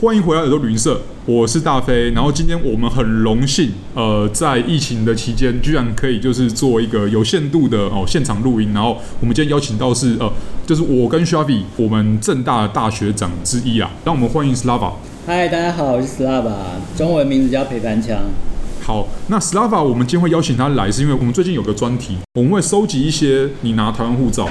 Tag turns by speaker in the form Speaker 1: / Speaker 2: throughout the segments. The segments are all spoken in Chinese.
Speaker 1: 欢迎回来耳朵旅行社，我是大飞。然后今天我们很荣幸，呃，在疫情的期间，居然可以就是做一个有限度的哦现场录音。然后我们今天邀请到是呃，就是我跟 Shavi，我们正大的大学长之一啊。让我们欢迎 Slava。
Speaker 2: 嗨，大家好，我是 Slava，中文名字叫陪伴枪。
Speaker 1: 好，那 Slava 我们今天会邀请他来，是因为我们最近有个专题，我们会收集一些你拿台湾护照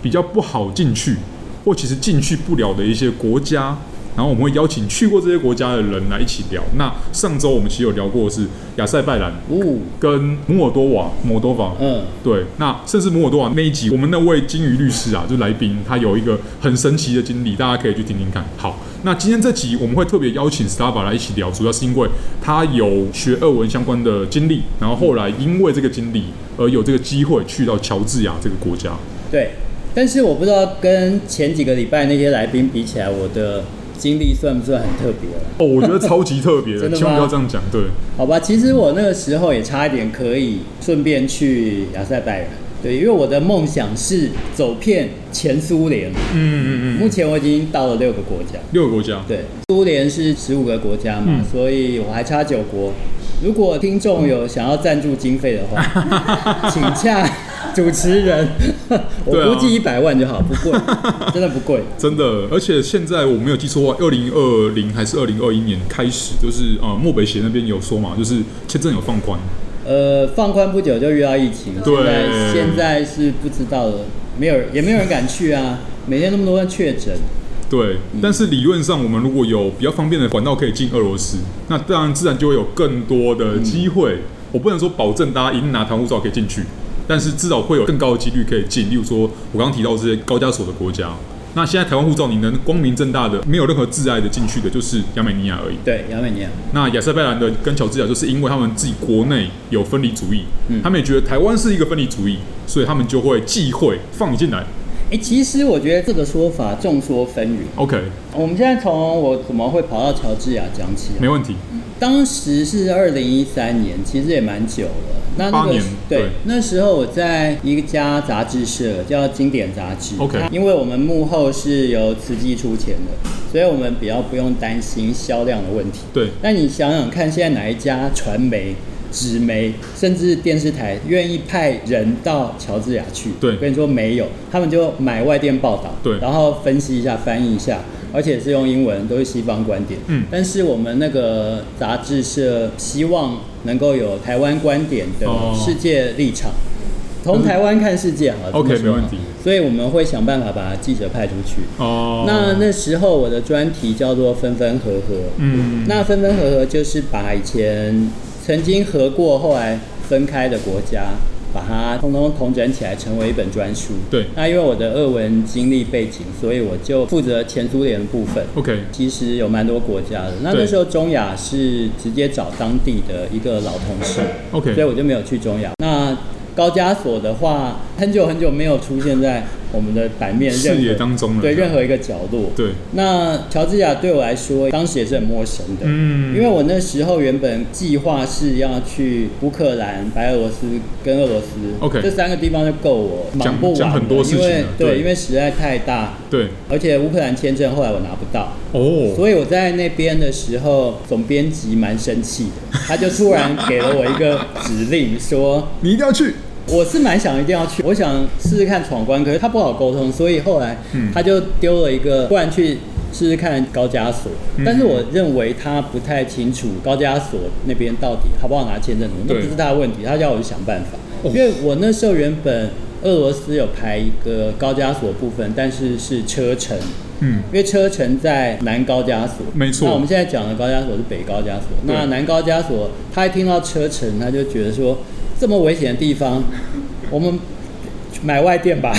Speaker 1: 比较不好进去，或其实进去不了的一些国家，然后我们会邀请去过这些国家的人来一起聊。那上周我们其实有聊过的是亚塞拜然
Speaker 2: 呜、
Speaker 1: 跟摩尔多瓦、摩尔多瓦，
Speaker 2: 嗯，
Speaker 1: 对，那甚至摩尔多瓦那一集，我们那位金鱼律师啊，就来宾，他有一个很神奇的经历，大家可以去听听看。好，那今天这集我们会特别邀请 Starba 来一起聊，主要是因为他有学俄文相关的经历，然后后来因为这个经历而有这个机会去到乔治亚这个国家。
Speaker 2: 对。但是我不知道跟前几个礼拜那些来宾比起来，我的经历算不算很特别了？
Speaker 1: 哦，我觉得超级特别的，
Speaker 2: 真的吗
Speaker 1: 千万不要这样讲。对，
Speaker 2: 好吧，其实我那个时候也差一点可以顺便去亚塞拜然，对，因为我的梦想是走遍前苏联，
Speaker 1: 嗯嗯嗯，
Speaker 2: 目前我已经到了六个国家。
Speaker 1: 六个国家，
Speaker 2: 对，苏联是十五个国家嘛，
Speaker 1: 嗯
Speaker 2: 所以我还差九国。如果听众有想要赞助经费的 话，请洽主持人。
Speaker 1: 对啊
Speaker 2: 我估计一百万就好，不 贵，真的不贵。
Speaker 1: 真的，而且现在我没有记错的话，二零二零还是二零二一年开始，就是呃，漠北协那边有说嘛，就是签证有放宽。
Speaker 2: 呃，放宽不久就遇到疫情，
Speaker 1: 对
Speaker 2: 现在现在是不知道了，没有也没有人敢去 啊，每天那么多人确诊。
Speaker 1: 对，
Speaker 2: 嗯
Speaker 1: 但是理论上，我们如果有比较方便的管道可以进俄罗斯，那当然自然就会有更多的机会。
Speaker 2: 嗯
Speaker 1: 我不能说保证大家一定拿台湾护照可以进去，但是至少会有更高的几率可以进。例如说，我刚刚提到这些高加索的国家，那现在台湾护照你能光明正大的、没有任何挚爱的进去的，就是亚美尼亚而已。
Speaker 2: 对，杨美啊年，
Speaker 1: 那亚塞拜然的跟乔治亚，就是因为他们自己国内有分离主义，
Speaker 2: 嗯
Speaker 1: 他们也觉得台湾是一个分离主义，所以他们就会忌讳放你进来。
Speaker 2: 哎，其实我觉得这个说法众说纷纭。
Speaker 1: OK，
Speaker 2: 我们现在从我怎么会跑到乔治亚讲起啊？
Speaker 1: 没问题。
Speaker 2: 当时是二零一三年，其实也蛮久了。那那
Speaker 1: 八
Speaker 2: 个
Speaker 1: 年
Speaker 2: 时
Speaker 1: 对
Speaker 2: 对，那时候我在一家杂志社叫《经典杂志》
Speaker 1: OK
Speaker 2: 它因为我们幕后是由慈济出钱的，所以我们比较不用担心销量的问题。
Speaker 1: 对，
Speaker 2: 那你想想看，现在哪一家传媒、纸媒，甚至电视台愿意派人到乔治亚去？
Speaker 1: 对
Speaker 2: 我跟你说没有，他们就买外电报道，
Speaker 1: 对
Speaker 2: 然后分析一下、翻译一下，而且是用英文，都是西方观点。
Speaker 1: 嗯
Speaker 2: 但是我们那个杂志社希望能够有台湾观点的
Speaker 1: 哦嗯
Speaker 2: 世界立场。从台湾看世界好了这么
Speaker 1: OK，
Speaker 2: 说
Speaker 1: 没问题
Speaker 2: 所以我们会想办法把记者派出去。
Speaker 1: 哦、
Speaker 2: 那那时候我的专题叫做“分分合合”，
Speaker 1: 嗯，
Speaker 2: 那分分合合就是把以前曾经合过，后来分开的国家，把它通通统整起来，成为一本专书。
Speaker 1: 对
Speaker 2: 那因为我的俄文经历背景，所以我就负责前苏联的部分。
Speaker 1: OK，
Speaker 2: 其实有蛮多国家的，那
Speaker 1: 对
Speaker 2: 那时候中亚是直接找当地的一个老同事
Speaker 1: OK
Speaker 2: 所以我就没有去中亚。那高加索的话，很久很久没有出现在我们的版面任何
Speaker 1: 视野当中了
Speaker 2: 对任何一个角落。
Speaker 1: 对，
Speaker 2: 那乔治亚对我来说，当时也是很陌生的，
Speaker 1: 嗯
Speaker 2: 因为我那时候原本计划是要去乌克兰、白俄罗斯跟俄罗斯
Speaker 1: OK
Speaker 2: 这三个地方就够我
Speaker 1: 讲
Speaker 2: 忙不完
Speaker 1: 讲很
Speaker 2: 了
Speaker 1: 多事情
Speaker 2: 因为
Speaker 1: 了对
Speaker 2: 对，因为实在太大，
Speaker 1: 对，
Speaker 2: 而且乌克兰签证后来我拿不到，
Speaker 1: 哦，
Speaker 2: 所以我在那边的时候，总编辑蛮生气的，他就突然给了我一个指令，说
Speaker 1: 你一定要去，
Speaker 2: 我是蛮想一定要去，我想试试看闯关，可是他不好沟通，所以后来
Speaker 1: 嗯
Speaker 2: 他就丢了一个，不然去试试看高加索。
Speaker 1: 嗯
Speaker 2: 但是我认为他不太清楚高加索那边到底好不好拿签证，那
Speaker 1: 对
Speaker 2: 不是他的问题，他叫我去想办法。
Speaker 1: 哦
Speaker 2: 因为我那时候原本俄罗斯有排一个高加索部分，但是是车程。
Speaker 1: 嗯，
Speaker 2: 因为车程在南高加索，
Speaker 1: 没错
Speaker 2: 那我们现在讲的高加索是北高加索，
Speaker 1: 对
Speaker 2: 那南高加索，他一听到车程，他就觉得说，这么危险的 地方，我们买外电吧。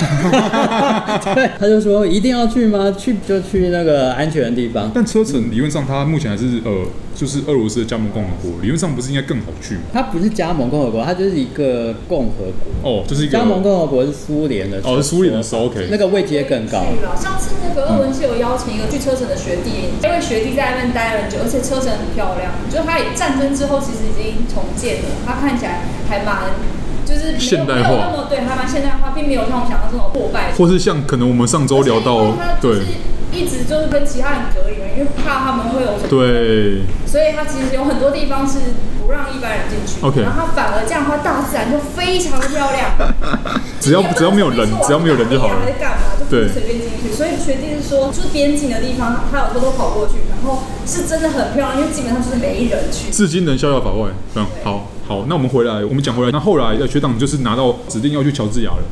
Speaker 2: 对，他就说一定要去吗？去就去那个安全的地方。
Speaker 1: 但车臣理论上它目前还是呃，就是俄罗斯的加盟共和国，理论上不是应该更好去吗？
Speaker 2: 它不是加盟共和国，它就是一个共和国。
Speaker 1: 哦，就是一个
Speaker 2: 加盟共和国是苏联的，
Speaker 1: 哦，是苏联的时候 OK，
Speaker 2: 那个位阶更高。
Speaker 3: 去了上次那个俄文系有邀请一个去车城的学弟，因为学弟在那边待了很久，而且车城很漂亮，就是它也战争之后其实已经重建了，它看起来还蛮就是没有
Speaker 1: 现代化
Speaker 3: 没有那么对，还蛮现代化，并没有像我们想象这种破败。
Speaker 1: 或是像可能我们上周聊
Speaker 3: 而且因
Speaker 1: 到
Speaker 3: 为它，就
Speaker 1: 对
Speaker 3: 是，一直就是跟其他人隔离嘛，因为怕他们会有什么，
Speaker 1: 对，
Speaker 3: 所以它其实有很多地方是不让一般人进去
Speaker 1: OK
Speaker 3: 然后它反而这样的话，大自然就非常漂亮。
Speaker 1: 只要只要没有人，只要没有人就好了
Speaker 3: 还。是干嘛就不能随便进去。所以学弟是说，就是边境的地方，他有偷偷跑过去，然后是真的很漂亮，因为基本上就是没人去。
Speaker 1: 至今能逍遥法外。嗯，好好，那我们回来，我们讲回来。那后来呃学长就是拿到指定要去乔治亚了。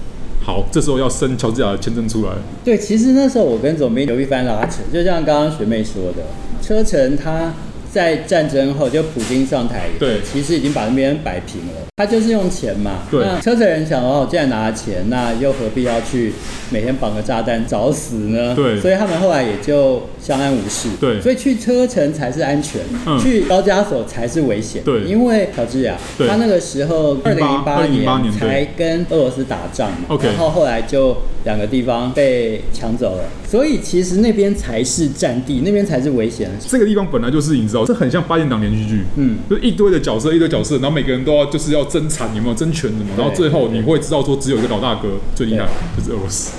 Speaker 1: 好，这时候要申乔治亚的签证出来了。
Speaker 2: 对，其实那时候我跟总兵刘一帆拉扯，就像刚刚学妹说的，车臣他在战争后，就普京上台以后，
Speaker 1: 对
Speaker 2: 其实已经把那边摆平了。他就是用钱嘛，
Speaker 1: 对
Speaker 2: 那车臣人想哦，既然拿了钱，那又何必要去每天绑个炸弹找死呢？
Speaker 1: 对
Speaker 2: 所以他们后来也就相安无事。
Speaker 1: 对
Speaker 2: 所以去车臣才是安全，
Speaker 1: 嗯
Speaker 2: 去高加索才是危险。
Speaker 1: 对
Speaker 2: 因为乔治亚，
Speaker 1: 对
Speaker 2: 他那个时候二零零八
Speaker 1: 2008年对
Speaker 2: 才跟俄罗斯打仗嘛
Speaker 1: OK
Speaker 2: 然后后来就两个地方被抢走了，所以其实那边才是战地，那边才是危险的。
Speaker 1: 这个地方本来就是你知道，这很像八点档连续剧，
Speaker 2: 嗯，
Speaker 1: 就是一堆的角色，一堆角色，然后每个人都要就是要争产，有没有争权什么，然后最后你会知道说只有一个老大哥最厉害，就是俄罗斯。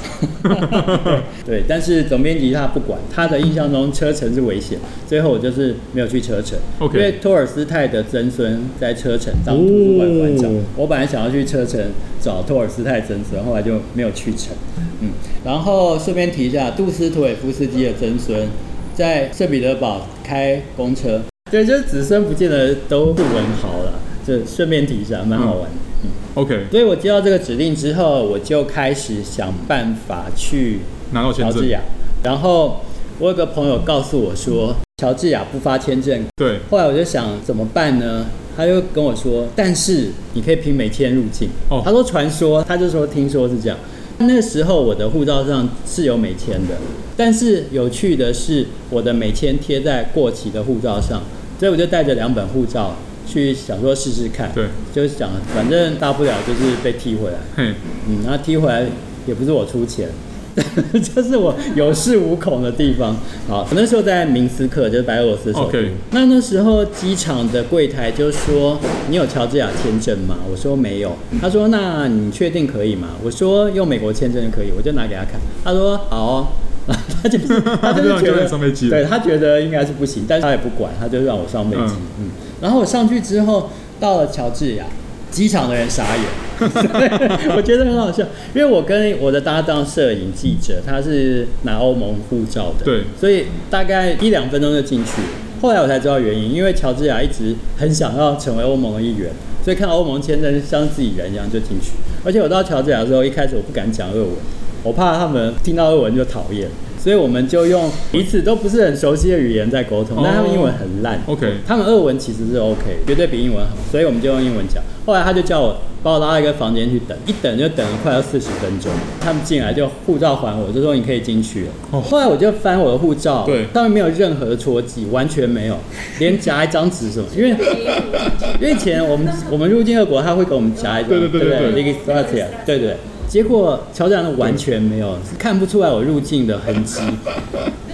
Speaker 2: 对，但是总编辑他不管，他的印象中车臣是危险，最后我就是没有去车臣。
Speaker 1: OK
Speaker 2: 因为托尔斯泰的曾孙在车臣当图书馆馆长，
Speaker 1: 哦
Speaker 2: 我本来想要去车臣找托尔斯泰曾孙，后来就没有去成。嗯，然后顺便提一下，杜斯妥也夫斯基的曾孙在圣彼得堡开公车，对，就是子孙不见得都不文豪了，就顺便提一下，蛮好玩的。嗯
Speaker 1: OK，
Speaker 2: 所以我接到这个指令之后，我就开始想办法去
Speaker 1: 拿到签
Speaker 2: 乔治
Speaker 1: 证，
Speaker 2: 亚。然后我有个朋友告诉我说，乔治亚不发签证。
Speaker 1: 对，
Speaker 2: 后来我就想怎么办呢？他就跟我说，但是你可以凭美签入境。
Speaker 1: 哦
Speaker 2: 他说传说，他就说听说是这样。那个时候我的护照上是有美签的，但是有趣的是我的美签贴在过期的护照上，所以我就带着两本护照去想说试试看。
Speaker 1: 对，
Speaker 2: 就是想反正大不了就是被踢回来。
Speaker 1: 嘿，
Speaker 2: 嗯，然后踢回来也不是我出钱， 就是我有恃无恐的地方。好，那时候在明斯克，就是白俄罗斯首都。
Speaker 1: OK
Speaker 2: 那那时候机场的柜台就说：“你有乔治亚签证吗？”我说没有。他说：“那你确定可以吗？”我说：“用美国签证就可以。”我就拿给他看，他说：“好、哦。” 他 就是他就
Speaker 1: 这
Speaker 2: 是
Speaker 1: 样
Speaker 2: 觉
Speaker 1: 就
Speaker 2: 得
Speaker 1: 能上飞机了
Speaker 2: 对他觉得应该是不行，但是他也不管，他就让我上飞机。
Speaker 1: 嗯
Speaker 2: 嗯，然后我上去之后，到了乔治亚，机场的人傻眼， 我觉得很好笑，因为我跟我的搭档摄影记者，他是拿欧盟护照的，
Speaker 1: 对
Speaker 2: 所以大概一两分钟就进去了。后来我才知道原因，因为乔治亚一直很想要成为欧盟的一员，所以看到欧盟签证像自己人一样就进去。而且我到乔治亚的时候，一开始我不敢讲俄文，我怕他们听到俄文就讨厌，所以我们就用彼此都不是很熟悉的语言在沟通，但他们英文很烂。
Speaker 1: OK
Speaker 2: 他们俄文其实是 OK，绝对比英文好，所以我们就用英文讲。后来他就叫我把我拉到一个房间去等，一等就等了快要四十分钟。他们进来就护照还我，就说你可以进去了。
Speaker 1: 哦
Speaker 2: 后来我就翻我的护照，
Speaker 1: 对
Speaker 2: 上面没有任何戳记，完全 没有，连夹一张纸什么，因为。因为以前我们我们入境俄国，他会给我们夹一个，
Speaker 1: 对对对
Speaker 2: 不
Speaker 1: 对
Speaker 2: 对 l e g i s t a t i 对对。结果乔治亚的完全没有，看不出来我入境的痕迹。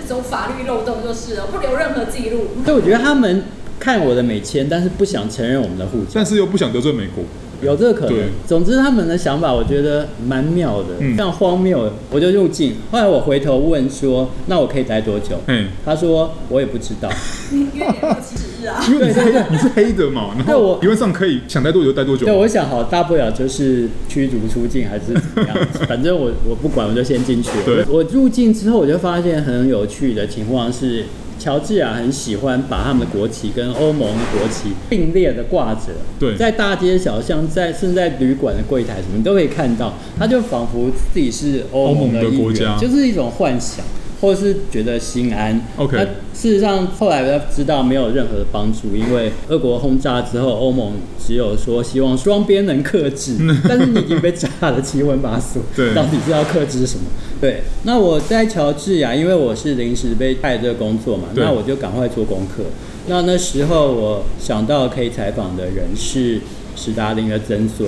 Speaker 3: 那种法律漏洞就是了，不留任何记录。
Speaker 2: 所以我觉得他们看我的美签，但是不想承认我们的护照。
Speaker 1: 但是又不想得罪美国，
Speaker 2: 有这个可能
Speaker 1: 对。
Speaker 2: 总之，他们的想法我觉得蛮妙的，
Speaker 1: 嗯
Speaker 2: 非常荒谬。我就入境，后来我回头问说：“那我可以待多久
Speaker 1: 嘿，？”
Speaker 2: 他说：“我也不知 道。
Speaker 3: 你 约点六七十日 啊，
Speaker 1: 因为你是黑你是黑的嘛，然
Speaker 2: 对
Speaker 1: 后
Speaker 2: 我
Speaker 1: 理论上可以想待多久就待多”久
Speaker 2: 对，，我想好，大不了就是驱逐出境还是怎么样， 反正我我不管，我就先进去。
Speaker 1: 对
Speaker 2: 我入境之后，我就发现很有趣的情况是。乔治亚很喜欢把他们的国旗跟欧盟的国旗并列的挂着，
Speaker 1: 对
Speaker 2: 在大街小巷，在甚至在旅馆的柜台什么，你都可以看到，他就仿佛自己是欧盟的
Speaker 1: 欧盟
Speaker 2: 一
Speaker 1: 的国
Speaker 2: 员
Speaker 1: 家
Speaker 2: 就是一种幻想，或是觉得心安。
Speaker 1: OK
Speaker 2: 那事实上后来他知道没有任何的帮助，因为俄国轰炸之后，欧盟只有说希望双边能克 制，但是你已经被炸得七荤八素，
Speaker 1: 对
Speaker 2: 到底是要克制什么？对，那我在乔治亚，因为我是临时被派这个工作嘛，
Speaker 1: 对
Speaker 2: 那我就赶快做功课。那那时候我想到可以采访的人是史达林的曾孙，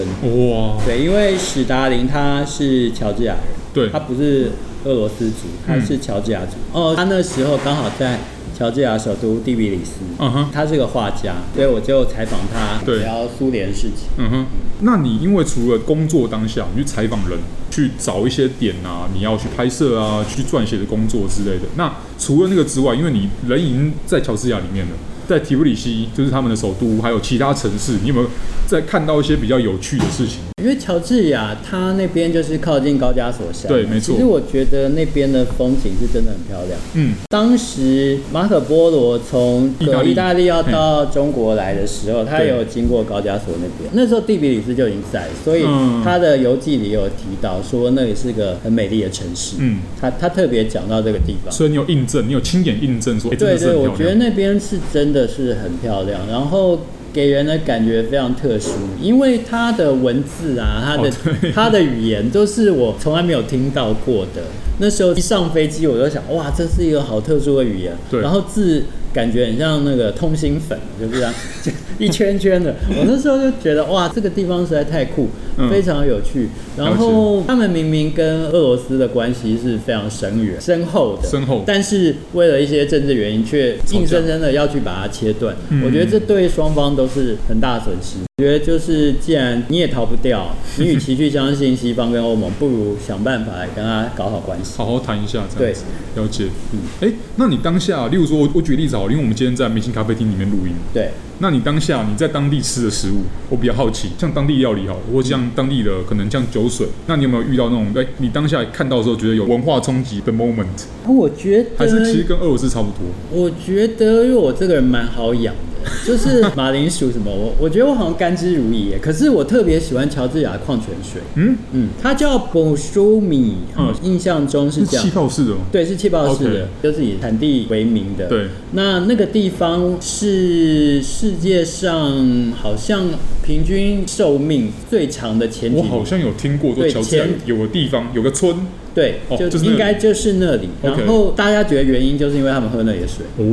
Speaker 1: 哇，
Speaker 2: 对，因为史达林他是乔治亚人，
Speaker 1: 对嗯
Speaker 2: 他不是俄罗斯族，他是乔治亚族。哦，他那时候刚好在乔治亚首都第比里斯，
Speaker 1: 嗯哼
Speaker 2: 他是个画家，所以我就采访他
Speaker 1: 对
Speaker 2: 聊苏联事情。
Speaker 1: 嗯哼，那你因为除了工作当下你去采访人，去找一些点啊，你要去拍摄啊，去撰写的工作之类的。那除了那个之外，因为你人已经在乔治亚里面了，在提布里西就是他们的首都，还有其他城市，你有没有在看到一些比较有趣的事情？
Speaker 2: 因为乔治亚它那边就是靠近高加索山，
Speaker 1: 对没错
Speaker 2: 其实我觉得那边的风景是真的很漂亮。
Speaker 1: 嗯，
Speaker 2: 当时马可波罗从呃
Speaker 1: 意大利
Speaker 2: 意大利要到中国来的时候，他
Speaker 1: 对
Speaker 2: 有经过高加索那边。那时候蒂比里斯就已经在，所以
Speaker 1: 嗯
Speaker 2: 他的游记里有提到说那里是个很美丽的城市。
Speaker 1: 嗯，
Speaker 2: 他他特别讲到这个地方。
Speaker 1: 所以你有印证，你有亲眼印证说，哎、真
Speaker 2: 对
Speaker 1: 的是
Speaker 2: 对，
Speaker 1: 很
Speaker 2: 我
Speaker 1: 漂
Speaker 2: 觉得
Speaker 1: 亮。
Speaker 2: 那边是真的是很漂亮，然后给人的感觉非常特殊，因为它的文字啊，它的、
Speaker 1: 哦对
Speaker 2: 它的语言都是我从来没有听到过的。那时候一上飞机，我就想，哇，这是一个好特殊的语言。
Speaker 1: 对
Speaker 2: 然后字感觉很像那个通心粉，就是这样就一圈圈的。我那时候就觉得，哇，这个地方实在太酷，
Speaker 1: 嗯
Speaker 2: 非常有趣。然后他们明明跟俄罗斯的关系是非常深远、深厚的，
Speaker 1: 深厚
Speaker 2: 但是为了一些政治原因，却
Speaker 1: 架
Speaker 2: 硬生生的要去把它切断。
Speaker 1: 嗯
Speaker 2: 我觉得这对双方都是很大的损失。我觉得就是，既然你也逃不掉，你与其去相信西方跟欧盟，不如想办法来跟他搞好关系。
Speaker 1: 好好谈一下，这样子了解。嗯，哎、那你当下，例如说我我举例子好了，因为我们今天在明星咖啡厅里面录音，
Speaker 2: 对，
Speaker 1: 那你当下你在当地吃的食物，我比较好奇，像当地料理好了，或像当地的可能像酒水，那你有没有遇到那种哎、你当下看到的时候觉得有文化冲击的 moment，
Speaker 2: 我觉得
Speaker 1: 还是其实跟俄罗斯差不多？
Speaker 2: 我觉得，因为我这个人蛮好养的，就是马铃薯什么，我 我觉得我好像甘之如饴耶。可是我特别喜欢乔治亚的矿泉水，
Speaker 1: 嗯，
Speaker 2: 嗯，它叫 b o s h u m i
Speaker 1: 嗯
Speaker 2: 印象中是
Speaker 1: 是
Speaker 2: 这样
Speaker 1: 气。泡式的哦吗？
Speaker 2: 对，是气泡式的
Speaker 1: OK
Speaker 2: 就是以产地为名的。
Speaker 1: 对，
Speaker 2: 那那个地方是世界上好像平均寿命最长的前几
Speaker 1: 我
Speaker 2: 名
Speaker 1: 好像有听过说
Speaker 2: 对
Speaker 1: 乔治亚
Speaker 2: 前
Speaker 1: 有个地方有个村
Speaker 2: 对，
Speaker 1: 哦
Speaker 2: 就
Speaker 1: 就是那里
Speaker 2: 应该就是那里。
Speaker 1: OK
Speaker 2: 然后大家觉得原因就是因为他们喝那里的水。
Speaker 1: 哦，，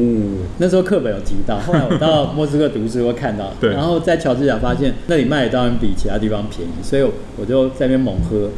Speaker 2: 那时候课本有提到，后来我到莫斯科读书会看到
Speaker 1: 对
Speaker 2: 然后在乔治亚发现那里卖的当然比其他地方便宜，所以我就在那边猛喝。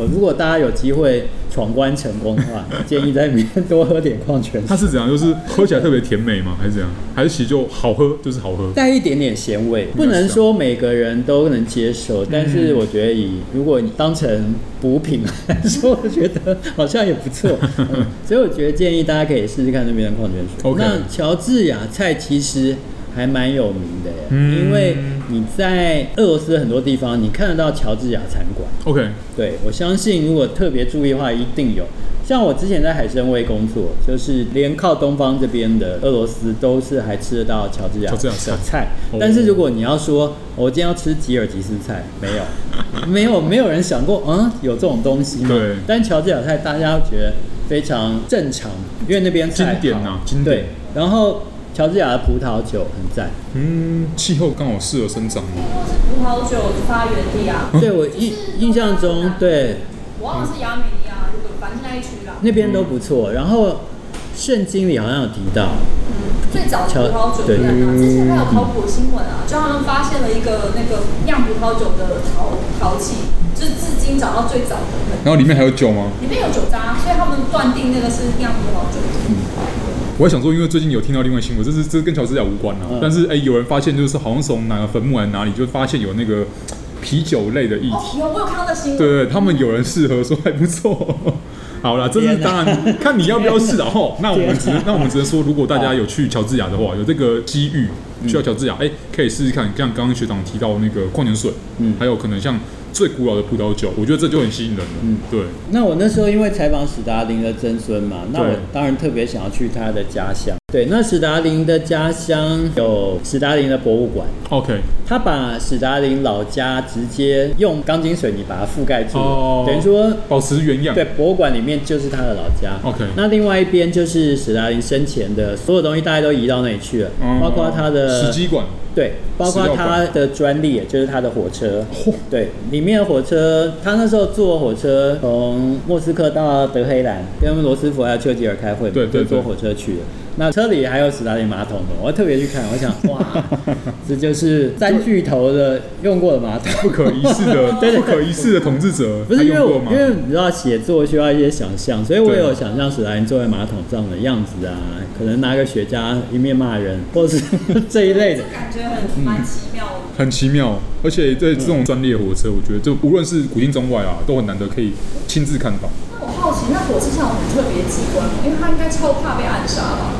Speaker 2: 我如果大家有机会闯关成功的 话，建议在里面多喝点矿泉水
Speaker 1: 它，是怎样？就是喝起来特别甜美吗？还是怎样？还是其实就好喝，就是好喝？
Speaker 2: 带一点点咸味，不
Speaker 1: 应该
Speaker 2: 能
Speaker 1: 是啊
Speaker 2: 说每个人都能接受，
Speaker 1: 嗯
Speaker 2: 但是我觉得以如果你当成补品 来说，我觉得好像也不 错、嗯所以我觉得建议大家可以试试看那边的矿泉水。
Speaker 1: OK
Speaker 2: 那乔治亚菜其实还蛮有名的耶，
Speaker 1: 嗯
Speaker 2: 因为你在俄罗斯很多地方你看得到乔治亚餐馆，
Speaker 1: OK，
Speaker 2: 对我相信如果特别注意的话，一定有。像我之前在海参崴工作，就是连靠东方这边的俄罗斯都是还吃得到乔治亚
Speaker 1: 乔治亚菜
Speaker 2: 的菜
Speaker 1: 哦，
Speaker 2: 但是如果你要说哦我今天要吃吉尔吉斯菜，没有， 没有，没有人想过，嗯，有这种东西吗？
Speaker 1: 对
Speaker 2: 但乔治亚菜大家觉得非常正常，因为那边菜
Speaker 1: 经典
Speaker 2: 好
Speaker 1: 啊经典
Speaker 2: 对，然后乔治亚的葡萄酒很赞，
Speaker 1: 嗯，气候刚好适合生长吗？
Speaker 3: 或是葡萄酒发源地啊，
Speaker 1: 嗯
Speaker 2: 对我印印象中对。
Speaker 3: 我忘了是亚美尼亚，如果反正那一区啦。
Speaker 2: 那边都不
Speaker 1: 嗯
Speaker 2: 错。然后圣经里好像有提到，
Speaker 3: 最早的葡萄酒在哪？之前还有考古新闻啊，就他们发现了一个那个酿葡萄酒的陶陶器，就是至今找到最早的，
Speaker 1: 然后里面还有酒吗？
Speaker 3: 里面有酒渣，所以他们断定那个是酿葡萄酒。
Speaker 1: 我还想说，因为最近有听到另外新闻，这是这是跟乔治亚无关啊。
Speaker 2: 嗯
Speaker 1: 但是哎、有人发现就是好像从哪个坟墓还是哪里，就发现有那个啤酒类的液
Speaker 3: 哦
Speaker 1: 体。，
Speaker 3: 有我有看到那新闻。
Speaker 1: 对对，对他们有人试喝说还不错。 好啦，这是
Speaker 2: 天哪
Speaker 1: 当然看你要不要试 啊。吼，那我们只能那我们只能说，如果大家有去乔治亚的话，有这个机遇去到乔治亚，哎、可以试试看。像刚刚学长提到那个矿泉水，
Speaker 2: 嗯
Speaker 1: 还有可能像最古老的葡萄酒，我觉得这就很吸引人了。嗯，对，
Speaker 2: 那我那时候因为采访史达林的曾孙嘛，那
Speaker 1: 对
Speaker 2: 我当然特别想要去他的家乡。对，那史达林的家乡有史达林的博物馆，
Speaker 1: OK，
Speaker 2: 他把史达林老家直接用钢筋水泥把它覆盖住，
Speaker 1: 哦
Speaker 2: 等于说
Speaker 1: 保持原样。
Speaker 2: 对，博物馆里面就是他的老家。
Speaker 1: OK
Speaker 2: 那另外一边就是史达林生前的所有东西，大家都移到那里去了，
Speaker 1: 嗯，
Speaker 2: 包括他的
Speaker 1: 史基馆。
Speaker 2: 对，包括他的专利，就是他的火车。
Speaker 1: 嚯
Speaker 2: 对，里面的火车，他那时候坐火车从莫斯科到德黑兰，跟罗斯福还有丘吉尔开会嘛，
Speaker 1: 对对对
Speaker 2: 就坐火车去的。那车里还有史达林马桶的，我特别去看，我想 哇，这就是三巨头的用过的马桶。
Speaker 1: 不可一世的
Speaker 2: 对对
Speaker 1: 不可一世的统治者，
Speaker 2: 不是
Speaker 1: 他
Speaker 2: 因为
Speaker 1: 用过
Speaker 2: 我，
Speaker 1: 吗
Speaker 2: 因？为你知道写作需要一些想象，所以我
Speaker 1: 对
Speaker 2: 有想象史达林坐在马桶上的样子啊，可能拿个雪茄一面骂人，或是 这一类的
Speaker 3: 这。感觉很蛮奇妙的。
Speaker 1: 很奇妙，而且对这种专列火车，我觉得就无论是古今中外啊，都很难得可以亲自看到。
Speaker 3: 那我好奇，那火车上有很特别的机关吗？因为它应该超怕被暗杀吧？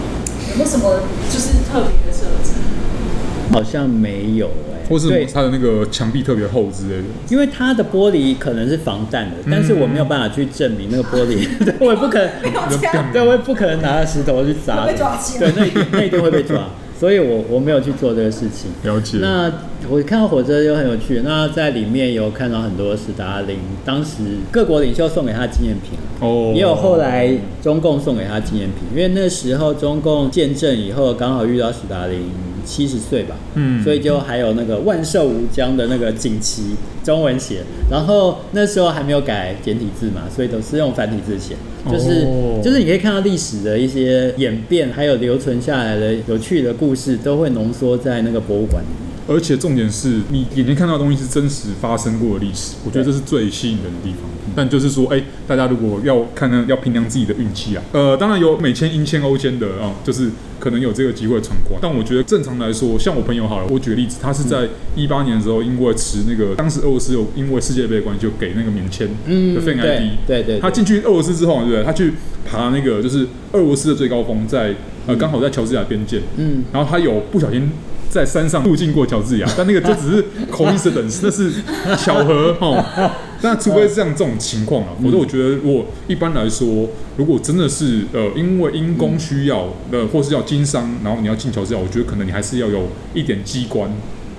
Speaker 3: 有没有什么就是特别的设计？
Speaker 2: 好像没有哎、
Speaker 1: 或是
Speaker 2: 对，
Speaker 1: 它的那个墙壁特别厚之类的，
Speaker 2: 因为它的玻璃可能是防弹的，
Speaker 1: 嗯
Speaker 2: 但是我没有办法去证明那个玻 璃，对我也不可能，
Speaker 3: 没有这样，
Speaker 2: 对我也不可能拿着石头去砸
Speaker 3: 会
Speaker 2: 人
Speaker 3: 被抓起，来
Speaker 2: 对，那一定那一定会被抓，所以我我没有去做这个事情。
Speaker 1: 了解。
Speaker 2: 那我看到火车就很有趣，那在里面有看到很多史达林当时各国领袖送给他的纪念品，啊
Speaker 1: 哦，
Speaker 2: 也有后来中共送给他纪念品，因为那时候中共建政以后，刚好遇到史达林七十岁吧，
Speaker 1: 嗯
Speaker 2: 所以就还有那个万寿无疆的那个锦旗，中文写，然后那时候还没有改简体字嘛，所以都是用繁体字写，就是、
Speaker 1: 哦
Speaker 2: 就是你可以看到历史的一些演变，还有留存下来的有趣的故事，都会浓缩在那个博物馆里面。
Speaker 1: 而且重点是你眼睛看到的东西是真实发生过的历史，我觉得这是最吸引人的地方。但就是说，哎、大家如果要看呢，要衡量自己的运气啊。呃，当然有美签、英签、欧签的啊、就是可能有这个机会闯关。但我觉得正常来说，像我朋友好了，我举个例子，他是
Speaker 2: 嗯
Speaker 1: 在一八年的时候，因为持那个当时俄罗斯有因为世界杯的关系，就给那个免签
Speaker 2: 嗯
Speaker 1: 的 Fan
Speaker 2: 对
Speaker 1: ID，
Speaker 2: 对对对
Speaker 1: 他进去俄罗斯之后，对不对？他去爬那个就是俄罗斯的最高峰在，呃刚好在乔治亚边界，
Speaker 2: 嗯，
Speaker 1: 然后他有不小心在山上路经过乔 治亚，但那个就只是 coincidence，那是巧合 哦。那除非是这样这种情况啊，
Speaker 2: 嗯
Speaker 1: 否则我觉得如果一般来说，如果真的是呃因为因公需要，呃或是要经商，然后你要进乔治亚，我觉得可能你还是要有一点机关，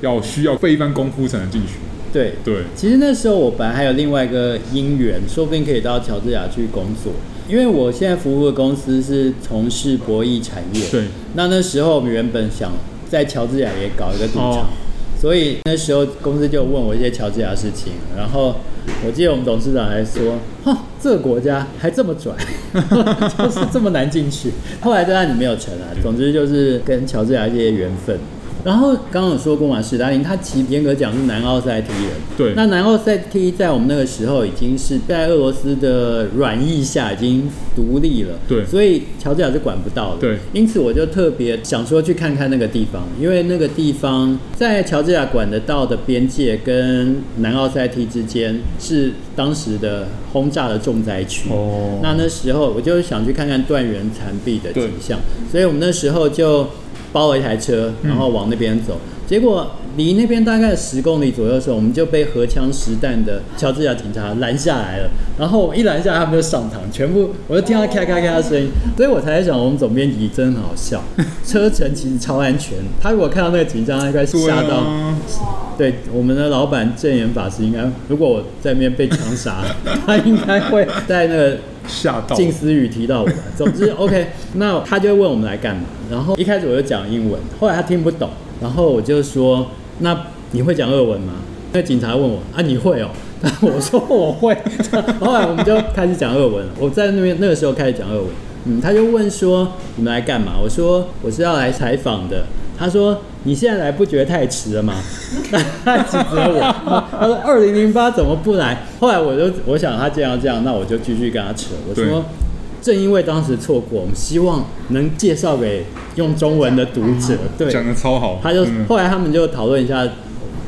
Speaker 1: 要需要费一番功夫才能进去。
Speaker 2: 对。
Speaker 1: 对，
Speaker 2: 其实那时候我本来还有另外一个姻缘，说不定可以到乔治亚去工作，因为我现在服务的公司是从事博弈产业。
Speaker 1: 对。
Speaker 2: 那那时候我们原本想在乔治亚也搞一个赌场，
Speaker 1: 哦
Speaker 2: 所以那时候公司就问我一些乔治亚的事情，然后我记得我们董事长还说：“哼，这个国家还这么拽， 就是这么难进去。”后来这案子没有成 啊，总之就是跟乔治亚一些缘分。然后刚刚有说过嘛，史达林他其实严格讲是南奥赛踢人，
Speaker 1: 对
Speaker 2: 那南奥赛踢在我们那个时候已经是在俄罗斯的软意下已经独立了，
Speaker 1: 对
Speaker 2: 所以乔治亚是管不到的，
Speaker 1: 对
Speaker 2: 因此我就特别想说去看看那个地方，因为那个地方在乔治亚管得到的边界跟南奥塞梯之间是当时的轰炸的重灾区。
Speaker 1: 哦
Speaker 2: 那那时候我就想去看看断垣残壁的
Speaker 1: 对嗯
Speaker 2: 景象，所以我们那时候就包了一台车，然后往那边走。结果离那边大概十公里左右的时候，我们就被荷枪实弹的乔治亚警察拦下来了。然后我一拦下来，他们就上膛，全部我就听到咔咔咔的声音，所以我才在想，我们总编辑真好 笑。车程其实超安全，他如果看到那个紧张，他应该
Speaker 1: 对
Speaker 2: 吓到。
Speaker 1: 啊，
Speaker 2: 对，我们的老板正言法师应该，如果我在那边被枪 杀，他应该会在那个
Speaker 1: 吓到，
Speaker 2: 近思语提到我吧。总之，OK，那他就问我们来干嘛。然后一开始我就讲英文，后来他听不懂，然后我就说：“那你会讲俄文吗？”那警察问我：“啊，你会哦？” 我说：“我会。” 后来我们就开始讲俄文了。我在那边那个时候开始讲俄文。嗯，他就问说：“你们来干嘛？”我说：“我是要来采访的。”他说：“你现在来不觉得太迟了吗？” 他指责我，他说：“二零零八怎么不来？”后来我就我想他既然要这样，那我就继续跟他扯。我
Speaker 1: 对
Speaker 2: 说：“正因为当时错过，我们希望能介绍给用中文的读者。”对，
Speaker 1: 讲的超好，
Speaker 2: 他就
Speaker 1: 嗯
Speaker 2: 后来他们就讨论一下，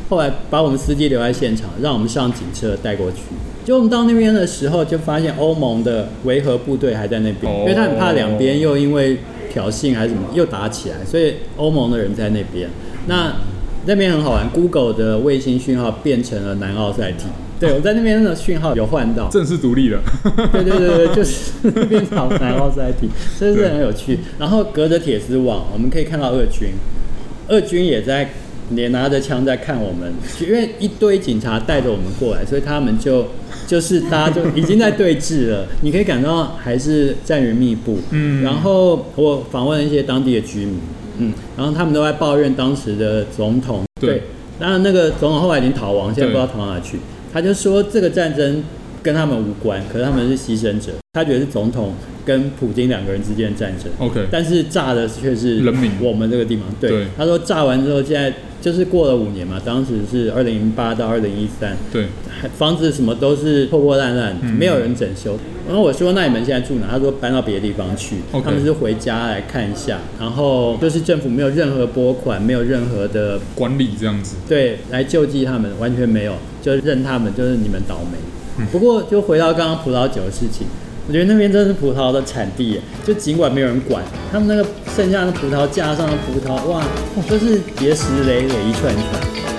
Speaker 2: 后来把我们司机留在现场，让我们上警车带过去。就我们到那边的时候，就发现欧盟的维和部队还在那边，
Speaker 1: 哦
Speaker 2: 因为他很怕两边又因为挑衅还是什么又打起来，所以欧盟的人在那边。那那边很好玩，Google 的卫星讯号变成了南奥塞梯。对，我在那边的讯号有换到，
Speaker 1: 正式独立了，
Speaker 2: 对对对对，就是那边朝南奥塞梯，真是很有趣。然后隔着铁丝网，我们可以看到俄军，俄军也在也拿着枪在看我们，因为一堆警察带着我们过来，所以他们就就是大家就已经在对峙了。 你可以感到还是战云密布。
Speaker 1: 嗯
Speaker 2: 然后我访问了一些当地的居民，嗯，然后他们都在抱怨当时的总统
Speaker 1: 对
Speaker 2: 当然，那个总统后来已经逃亡，现在不知道逃到哪去。他就说这个战争跟他们无关，可是他们是牺牲者。他觉得是总统跟普京两个人之间的战争。
Speaker 1: OK
Speaker 2: 但是炸的却是
Speaker 1: 人民
Speaker 2: 我们这个地方。对，
Speaker 1: 对
Speaker 2: 他说炸完之后，现在就是过了五年嘛，当时是二零零八到二零一三，
Speaker 1: 对，
Speaker 2: 房子什么都是破破烂烂，
Speaker 1: 嗯
Speaker 2: 没有人整修。然后我说：“那你们现在住哪？”他说：“搬到别的地方去。”
Speaker 1: OK
Speaker 2: 他们是回家来看一下，然后就是政府没有任何拨款，没有任何的
Speaker 1: 管理这样子，
Speaker 2: 对来救济他们，完全没有，就任他们，就是你们倒霉。不过就回到刚刚葡萄酒的事情，我觉得那边真的是葡萄的产地耶，就尽管没有人管，他们那个剩下的葡萄架上的葡萄，哇，就是结石累累一串一串。